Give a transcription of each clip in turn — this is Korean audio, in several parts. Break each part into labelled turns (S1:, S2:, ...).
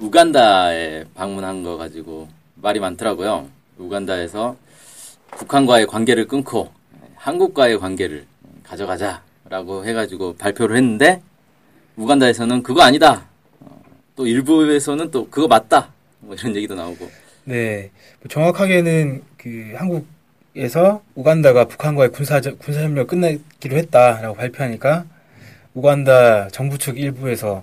S1: 우간다에 방문한 거 가지고 말이 많더라고요. 우간다에서 북한과의 관계를 끊고 한국과의 관계를 가져가자라고 해가지고 발표를 했는데 우간다에서는 그거 아니다. 어, 또 일부에서는 또 그거 맞다. 뭐 이런 얘기도 나오고.
S2: 네 뭐 정확하게는 그 한국에서 우간다가 북한과의 군사 군사 협력 끝내기로 했다라고 발표하니까 우간다 정부 측 일부에서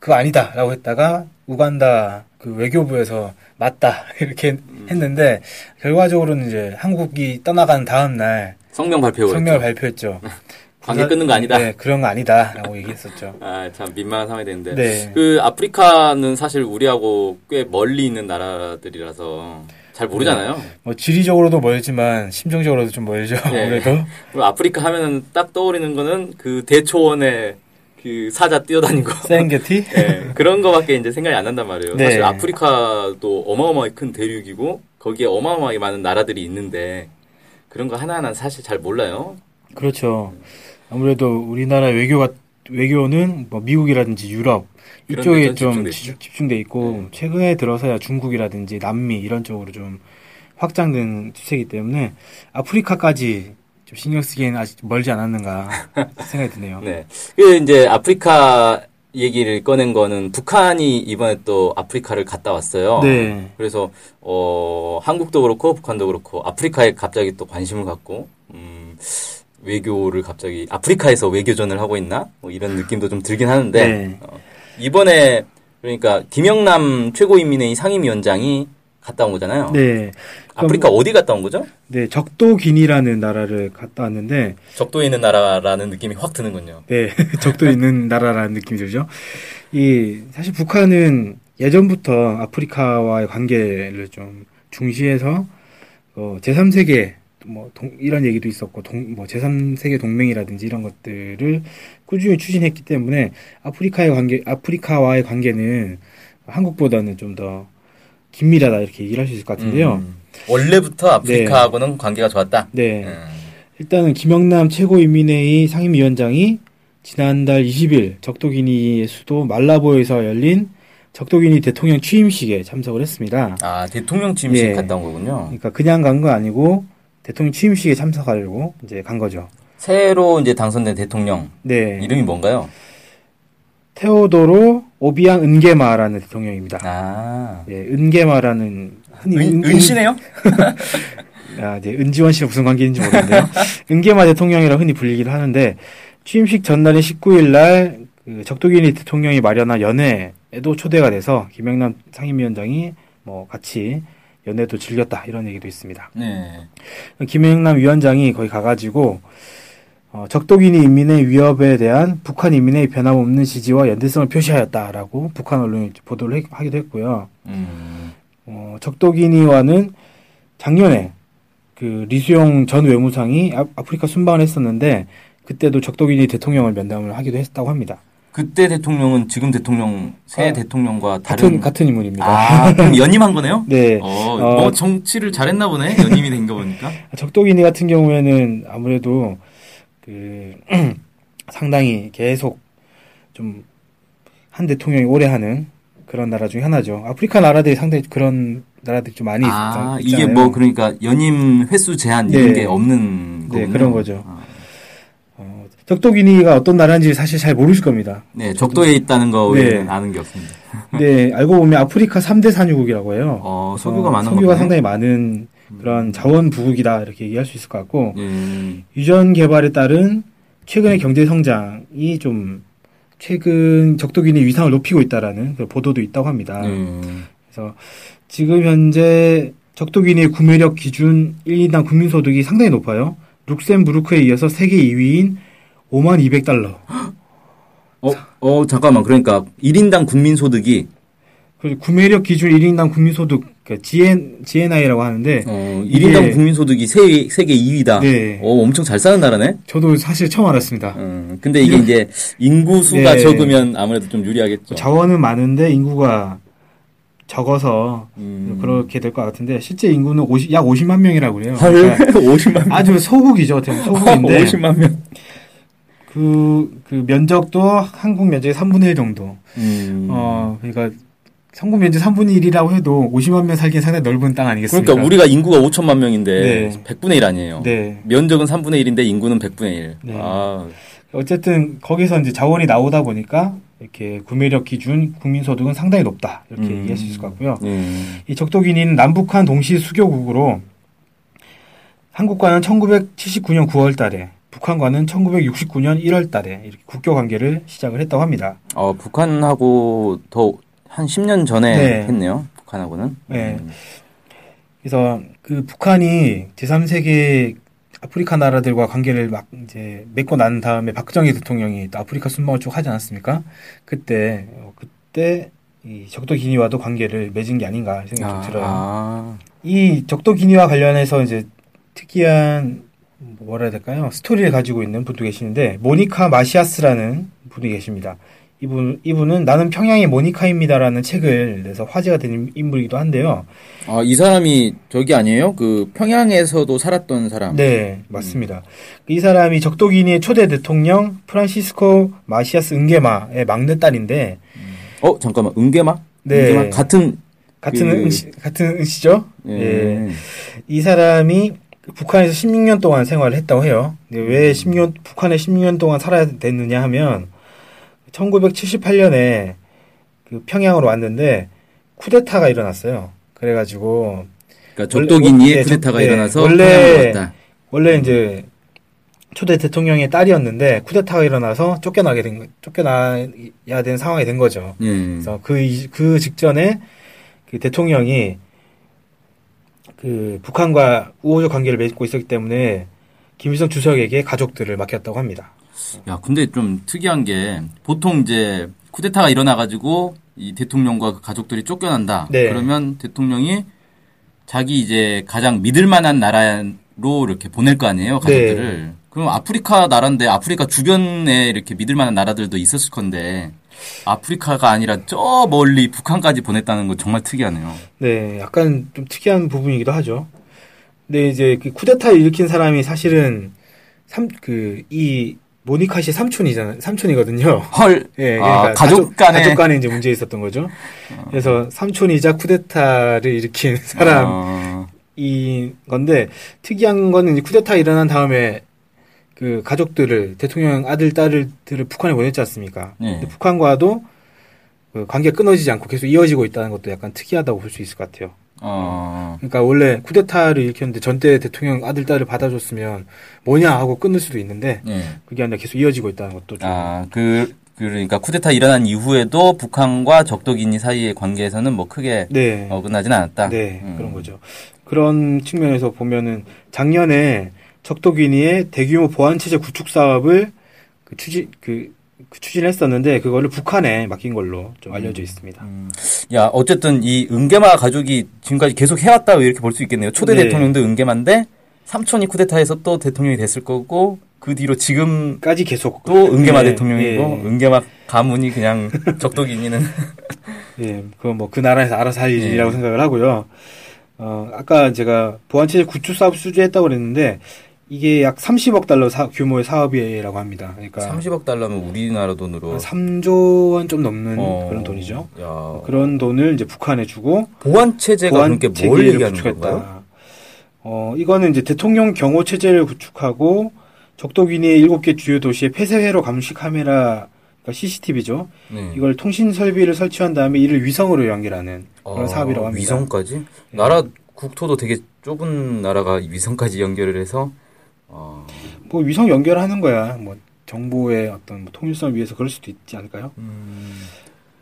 S2: 그거 아니다라고 했다가 우간다 그 외교부에서 맞다 이렇게 했는데 결과적으로는 이제 한국이 떠나간 다음 날
S1: 성명 발표를.
S2: 성명을 발표했죠.
S1: 그렇죠. 관계 끊는 거 아니다.
S2: 네 그런 거 아니다라고 얘기했었죠.
S1: 아, 참 민망한 상황이 됐는데.
S2: 네.
S1: 그 아프리카는 사실 우리하고 꽤 멀리 있는 나라들이라서 잘 모르잖아요.
S2: 뭐 지리적으로도 멀지만 심정적으로도 좀 멀죠
S1: 네.
S2: 아무래도.
S1: 그리고 아프리카 하면은 딱 떠오르는 거는 그 대초원에 그 사자 뛰어다니고
S2: 세렝게티?
S1: 예, 그런 거밖에 이제 생각이 안 난단 말이에요.
S2: 네.
S1: 사실 아프리카도 어마어마하게 큰 대륙이고 거기에 어마어마하게 많은 나라들이 있는데 그런 거 하나하나 사실 잘 몰라요.
S2: 그렇죠. 아무래도 우리나라 외교가 외교는 뭐 미국이라든지 유럽
S1: 이런
S2: 이쪽에
S1: 데좀
S2: 좀
S1: 집중돼 네.
S2: 지- 집중돼 있고 최근에 들어서야 중국이라든지 남미 이런 쪽으로 좀 확장된 추세이기 때문에 아프리카까지 좀 신경 쓰기에는 아직 멀지 않았는가 생각이 드네요.
S1: 네. 그 이제 아프리카 얘기를 꺼낸 거는 북한이 이번에 또 아프리카를 갔다 왔어요.
S2: 네.
S1: 그래서 어 한국도 그렇고 북한도 그렇고 아프리카에 갑자기 또 관심을 갖고 음 외교를 갑자기 아프리카에서 외교전을 하고 있나 뭐 이런 느낌도 좀 들긴 하는데
S2: 네.
S1: 어, 이번에 그러니까 김영남 최고인민회의 상임위원장이 갔다 온 거잖아요.
S2: 네.
S1: 아프리카 어디 갔다 온 거죠?
S2: 네, 적도 기니라는 나라를 갔다 왔는데
S1: 적도에 있는 나라라는 느낌이 확 드는군요.
S2: 네, 적도 있는 나라라는 느낌이 들죠. 이, 사실 북한은 예전부터 아프리카와의 관계를 좀 중시해서, 어, 제3세계, 뭐, 동, 이런 얘기도 있었고, 동, 뭐, 제3세계 동맹이라든지 이런 것들을 꾸준히 추진했기 때문에 아프리카의 관계, 아프리카와의 관계는 한국보다는 좀 더 긴밀하다 이렇게 얘기를 할 수 있을 것 같은데요.
S1: 음, 원래부터 아프리카하고는 관계가 좋았다.
S2: 네.
S1: 음.
S2: 일단은 김영남 최고인민회의 상임위원장이 지난달 20일 적도기니의 수도 말라보에서 열린 적도기니 대통령 취임식에 참석을 했습니다.
S1: 아 대통령 취임식
S2: 예.
S1: 갔다 온 거군요.
S2: 그러니까 그냥 간 거 아니고 대통령 취임식에 참석하려고 이제 간 거죠.
S1: 새로 이제 당선된 대통령
S2: 네.
S1: 이름이 뭔가요?
S2: 테오도로 오비앙 은게마라는 대통령입니다.
S1: 아
S2: 예, 은게마라는 흔히 은-
S1: 은, 은신해요?
S2: 아, 이제 은지원 씨랑 무슨 관계인지 모르겠는데요. 은계마 대통령이라 흔히 불리기도 하는데 취임식 전날인 19일 날그 적도기니 대통령이 마련한 연회에도 초대가 돼서 김영남 상임위원장이 뭐 같이 연회도 즐겼다 이런 얘기도 있습니다.
S1: 네.
S2: 김영남 위원장이 거기 가가지고 어, 적도기니 인민의 위협에 대한 북한 인민의 변함없는 지지와 연대성을 표시하였다라고 북한 언론이 보도를 했- 하기도 했고요.
S1: 음.
S2: 어, 적도기니와는 작년에 그 리수영 전 외무상이 아, 아프리카 순방을 했었는데 그때도 적도기니 대통령을 면담을 하기도 했다고 합니다.
S1: 그때 대통령은 지금 대통령 새
S2: 아,
S1: 대통령과 다른
S2: 같은 같은 인물입니다.
S1: 아 그럼 연임한 거네요?
S2: 네,
S1: 어,
S2: 어.
S1: 뭐 정치를 잘했나 보네. 연임이 된 거 보니까.
S2: 적도기니 같은 경우에는 아무래도 그 상당히 계속 좀 한 대통령이 오래 하는 그런 나라 중에 하나죠. 아프리카 나라들이 상당히 그런 나라들이 좀 많이
S1: 아
S2: 있- 있잖아요.
S1: 이게 뭐 그러니까 연임 횟수 제한 이런
S2: 네.
S1: 게 없는
S2: 네,
S1: 거군요.
S2: 그런 거죠.
S1: 아.
S2: 어, 적도기니가 어떤 나라인지 사실 잘 모르실 겁니다.
S1: 네, 적도에 있다는 거
S2: 네.
S1: 우리는 아는 게 없습니다.
S2: 네, 알고 보면 아프리카 3대 산유국이라고 해요.
S1: 어 석유가
S2: 어,
S1: 많은 음.
S2: 석유가
S1: 거군요.
S2: 상당히 많은 그런 자원 부국이다 이렇게 얘기할 수 있을 것 같고
S1: 예.
S2: 유전 개발에 따른
S1: 음.
S2: 최근의 경제 성장이 좀 최근 적도기니 위상을 높이고 있다라는 그런 보도도 있다고 합니다.
S1: 예.
S2: 그래서 지금 현재 적도기니의 구매력 기준 1인당 국민소득이 상당히 높아요. 룩셈부르크에 이어서 세계 2위인 5만 200달러.
S1: 어, 어, 잠깐만. 그러니까 1인당 국민 소득이
S2: 그리고 구매력 기준 1인당 국민소득, 그러니까 GN, GNI라고 하는데,
S1: 어, 1인당
S2: 이게-
S1: 국민소득이 세, 세계 2위다.
S2: 네.
S1: 어, 엄청 잘 사는 나라네?
S2: 저도 사실 처음 알았습니다.
S1: 음, 근데 이게 이제 인구수가
S2: 네.
S1: 적으면 아무래도 좀 유리하겠죠.
S2: 자원은 많은데 인구가 적어서
S1: 음.
S2: 그렇게 될 것 같은데 실제 인구는 50, 약 50만 명이라고 그래요.
S1: 헐,
S2: 그러니까
S1: 50만 명.
S2: 아주 소국이죠. 어떻게 보면 소국인데
S1: 50만 명.
S2: 그, 그 면적도 한국 면적의 3분의 1 정도.
S1: 음.
S2: 어, 그러니까 한국 면적 3분의 1이라고 해도 50만 명 살기엔 상당히 넓은 땅 아니겠습니까?
S1: 그러니까 우리가 인구가 5천만 명인데
S2: 네.
S1: 100분의 1 아니에요.
S2: 네.
S1: 면적은 3분의 1인데 인구는 100분의 1.
S2: 네.
S1: 아,
S2: 어쨌든 거기서 이제 자원이 나오다 보니까 이렇게 구매력 기준 국민소득은 상당히 높다. 이렇게
S1: 음.
S2: 얘기할 수 있을 것 같고요.
S1: 음.
S2: 이 적도기니는 남북한 동시 수교국으로 한국과는 1979년 9월 달에 북한과는 1969년 1월 달에 이렇게 국교 관계를 시작을 했다고 합니다.
S1: 어, 북한하고 더 한 10년 전에
S2: 네.
S1: 했네요. 북한하고는.
S2: 네.
S1: 음.
S2: 그래서 그 북한이 제3세계 아프리카 나라들과 관계를 막 이제 맺고 난 다음에 박정희 대통령이 또 아프리카 순방을 쭉 하지 않았습니까? 그때 어, 그때 이 적도 기니와도 관계를 맺은 게 아닌가 생각이 좀
S1: 아,
S2: 들어요.
S1: 아.
S2: 이 적도 기니와 관련해서 이제 특이한 뭐라 해야 될까요? 스토리를 가지고 있는 분도 계시는데 모니카 마시아스라는 분이 계십니다. 이분 이분은 나는 평양의 모니카입니다라는 책을 내서 화제가 된 인물이기도 한데요.
S1: 아, 이 사람이 저기 아니에요? 그 평양에서도 살았던 사람.
S2: 네, 맞습니다. 이 사람이 적도 기니의 초대 대통령 프란시스코 마시아스 은게마의 막내딸인데
S1: 어, 잠깐만. 은계마?
S2: 네.
S1: 은계마? 같은
S2: 같은
S1: 그-
S2: 은씨 같은 은씨죠? 예.
S1: 예.
S2: 이 사람이 북한에서 16년 동안 생활을 했다고 해요. 근데 왜 16년 북한에 16년 동안 살아야 됐느냐 하면 1978년에 그 평양으로 왔는데 쿠데타가 일어났어요. 그래가지고
S1: 그러니까 적도기니의
S2: 네,
S1: 쿠데타가
S2: 네.
S1: 일어나서
S2: 원래-
S1: 평양으로 왔다.
S2: 원래 이제 초대 대통령의 딸이었는데 쿠데타가 일어나서 쫓겨나게 된 거- 쫓겨나야 되는 상황이 된 거죠.
S1: 예.
S2: 그래서 그, 이- 그 직전에 그 대통령이 그 북한과 우호적 관계를 맺고 있었기 때문에 김일성 주석에게 가족들을 맡겼다고 합니다.
S1: 야, 근데 좀 특이한 게 보통 이제 쿠데타가 일어나가지고 이 대통령과 그 가족들이 쫓겨난다.
S2: 네.
S1: 그러면 대통령이 자기 이제 가장 믿을 만한 나라로 이렇게 보낼 거
S2: 네.
S1: 아니에요, 가족들을. 그럼 아프리카 나라인데 아프리카 주변에 이렇게 믿을 만한 나라들도 있었을 건데 아프리카가 아니라 저 멀리 북한까지 보냈다는 거 정말 특이하네요.
S2: 네, 약간 좀 특이한 부분이기도 하죠. 근데 이제 그 쿠데타를 일으킨 사람이 사실은 삼, 그, 이 모니카 씨의 삼촌이잖아요. 삼촌이거든요.
S1: 헐.
S2: 예,
S1: 아, 가족 간에
S2: 가족 간에 이제 문제 있었던 거죠. 그래서 삼촌이자 쿠데타를 일으킨 사람
S1: 어,
S2: 이 건데 특이한 거는 이제 쿠데타 일어난 다음에 그 가족들을 대통령 아들 딸들을 북한에 보냈지 않습니까?
S1: 네.
S2: 근데 북한과도 그 관계 가 끊어지지 않고 계속 이어지고 있다는 것도 약간 특이하다고 볼 수 있을 것 같아요.
S1: 어.
S2: 그러니까 원래 쿠데타를 일으켰는데 전때 대통령 아들 딸을 받아줬으면 뭐냐 하고 끊을 수도 있는데
S1: 예.
S2: 그게 아니라 계속 이어지고 있다는 것도 좀
S1: 아, 그, 그러니까 쿠데타 일어난 이후에도 북한과 적도기니 사이의 관계에서는 뭐 크게
S2: 네.
S1: 어긋나진 않았다.
S2: 네,
S1: 음.
S2: 그런 거죠. 그런 측면에서 보면은 작년에 적도기니의 대규모 보안체제 구축 사업을 그 추진, 그, 그 추진했었는데 그거를 북한에 맡긴 걸로 좀 알려져 있습니다.
S1: 음. 야, 어쨌든 이 은계마 가족이 지금까지 계속 해왔다 이렇게 볼 수 있겠네요. 초대
S2: 네.
S1: 대통령도 은계마인데 삼촌이 쿠데타에서 또 대통령이 됐을 거고 그 뒤로 지금
S2: 까지 계속
S1: 또 은계마
S2: 예,
S1: 대통령이고
S2: 예,
S1: 은계마 가문이 그냥 적도기니는
S2: 그러니까. 예, 그건 뭐 그 나라에서 알아서 할 일이라고
S1: 예.
S2: 생각을 하고요. 어, 아까 제가 보안체제 구축 사업 수주했다고 그랬는데 이게 약 30억 달러 사- 규모의 사업이라고 합니다. 그러니까
S1: 30억 달러면 우리나라 돈으로
S2: 3조 원 좀 넘는
S1: 어,
S2: 그런 돈이죠.
S1: 야,
S2: 그런 돈을 이제 북한에 주고
S1: 보안 체제가
S2: 보안
S1: 그렇게 뭘
S2: 체계를
S1: 얘기하는 건가요?
S2: 구축했다. 어, 이거는 이제 대통령 경호 체제를 구축하고 적도기니의 7개 주요 도시의 폐쇄회로 감시 카메라 그러니까 CCTV죠.
S1: 네.
S2: 이걸 통신 설비를 설치한 다음에 이를 위성으로 연결하는 그런
S1: 아,
S2: 사업이라고 합니다.
S1: 위성까지? 나라 국토도 되게 좁은 나라가 위성까지 연결을 해서 어,
S2: 뭐 위성 연결하는 거야. 뭐 정보의 어떤 뭐 통일성을 위해서 그럴 수도 있지 않을까요? 음.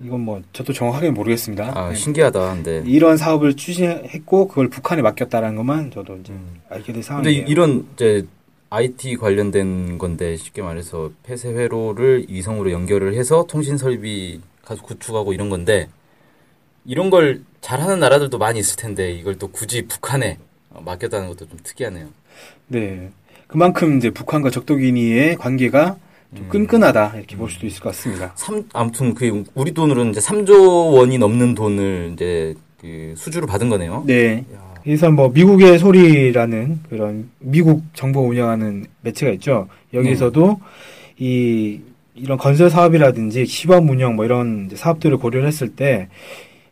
S2: 이건 뭐 저도 정확하게 모르겠습니다.
S1: 아
S2: 네.
S1: 신기하다. 근데
S2: 이런 사업을 추진했고 그걸 북한에 맡겼다라는 것만 저도 이제 알게 된
S1: 음. 근데 이-
S2: 상황이에요.
S1: 이런 이제 IT 관련된 건데 쉽게 말해서 폐쇄 회로를 위성으로 연결을 해서 통신 설비 가서 구축하고 이런 건데 이런 걸 잘하는 나라들도 많이 있을 텐데 이걸 또 굳이 북한에 어, 맡겼다는 것도 좀 특이하네요.
S2: 네. 그만큼 이제 북한과 적도기니의 관계가 좀 끈끈하다 이렇게 볼 수도 있을 것 같습니다.
S1: 삼 아무튼 그 우리 돈으로는 이제 3조 원이 넘는 돈을 이제 그 수주로 받은 거네요.
S2: 네. 그래서 뭐 미국의 소리라는 그런 미국 정부 가 운영하는 매체가 있죠. 여기서도 이 이런 건설 사업이라든지 시범 운영 뭐 이런 이제 사업들을 고려를 했을 때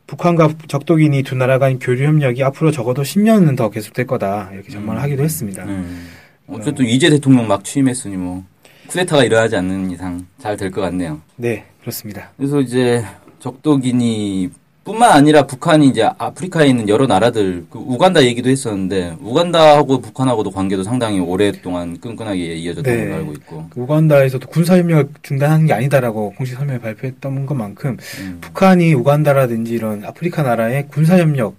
S2: 북한과 적도기니 두 나라 간 교류 협력이 앞으로 적어도 10년은 더 계속될 거다 이렇게 전망을 하기도 했습니다.
S1: 음. 어쨌든 이제 대통령 막 취임했으니 뭐 쿠데타가 일어나지 않는 이상 잘 될 것 같네요.
S2: 네, 그렇습니다.
S1: 그래서 이제 적도기니뿐만 아니라 북한이 이제 아프리카에 있는 여러 나라들 그 우간다 얘기도 했었는데 우간다하고 북한하고도 관계도 상당히 오랫동안 끈끈하게 이어졌던
S2: 네.
S1: 걸로 알고 있고
S2: 우간다에서도 군사 협력을 중단하는 게 아니다라고 공식 성명을 발표했던 것만큼
S1: 음.
S2: 북한이 우간다라든지 이런 아프리카 나라의 군사 협력이나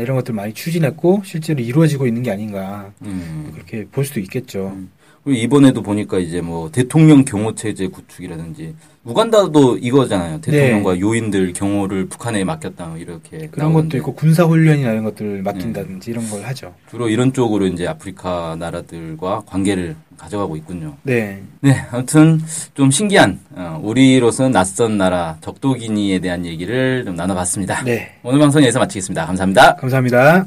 S2: 이런 것들 많이 추진했고 실제로 이루어지고 있는 게 아닌가
S1: 음.
S2: 그렇게 볼 수도 있겠죠.
S1: 음. 그리고 이번에도 보니까 이제 뭐 대통령 경호 체제 구축이라든지 우간다도
S2: 네.
S1: 이거잖아요. 대통령과 요인들 경호를 북한에 맡겼다 뭐 이렇게
S2: 그런
S1: 나오는데
S2: 것도 있고 군사 훈련이나 이런 것들을 맡긴다든지 이런 걸 하죠.
S1: 주로 이런 쪽으로 이제 아프리카 나라들과 관계를 가져가고 있군요.
S2: 네,
S1: 네, 아무튼 좀 신기한 어, 우리로서는 낯선 나라 적도기니에 대한 얘기를 좀 나눠봤습니다.
S2: 네,
S1: 오늘 방송 여기서 마치겠습니다. 감사합니다.
S2: 감사합니다.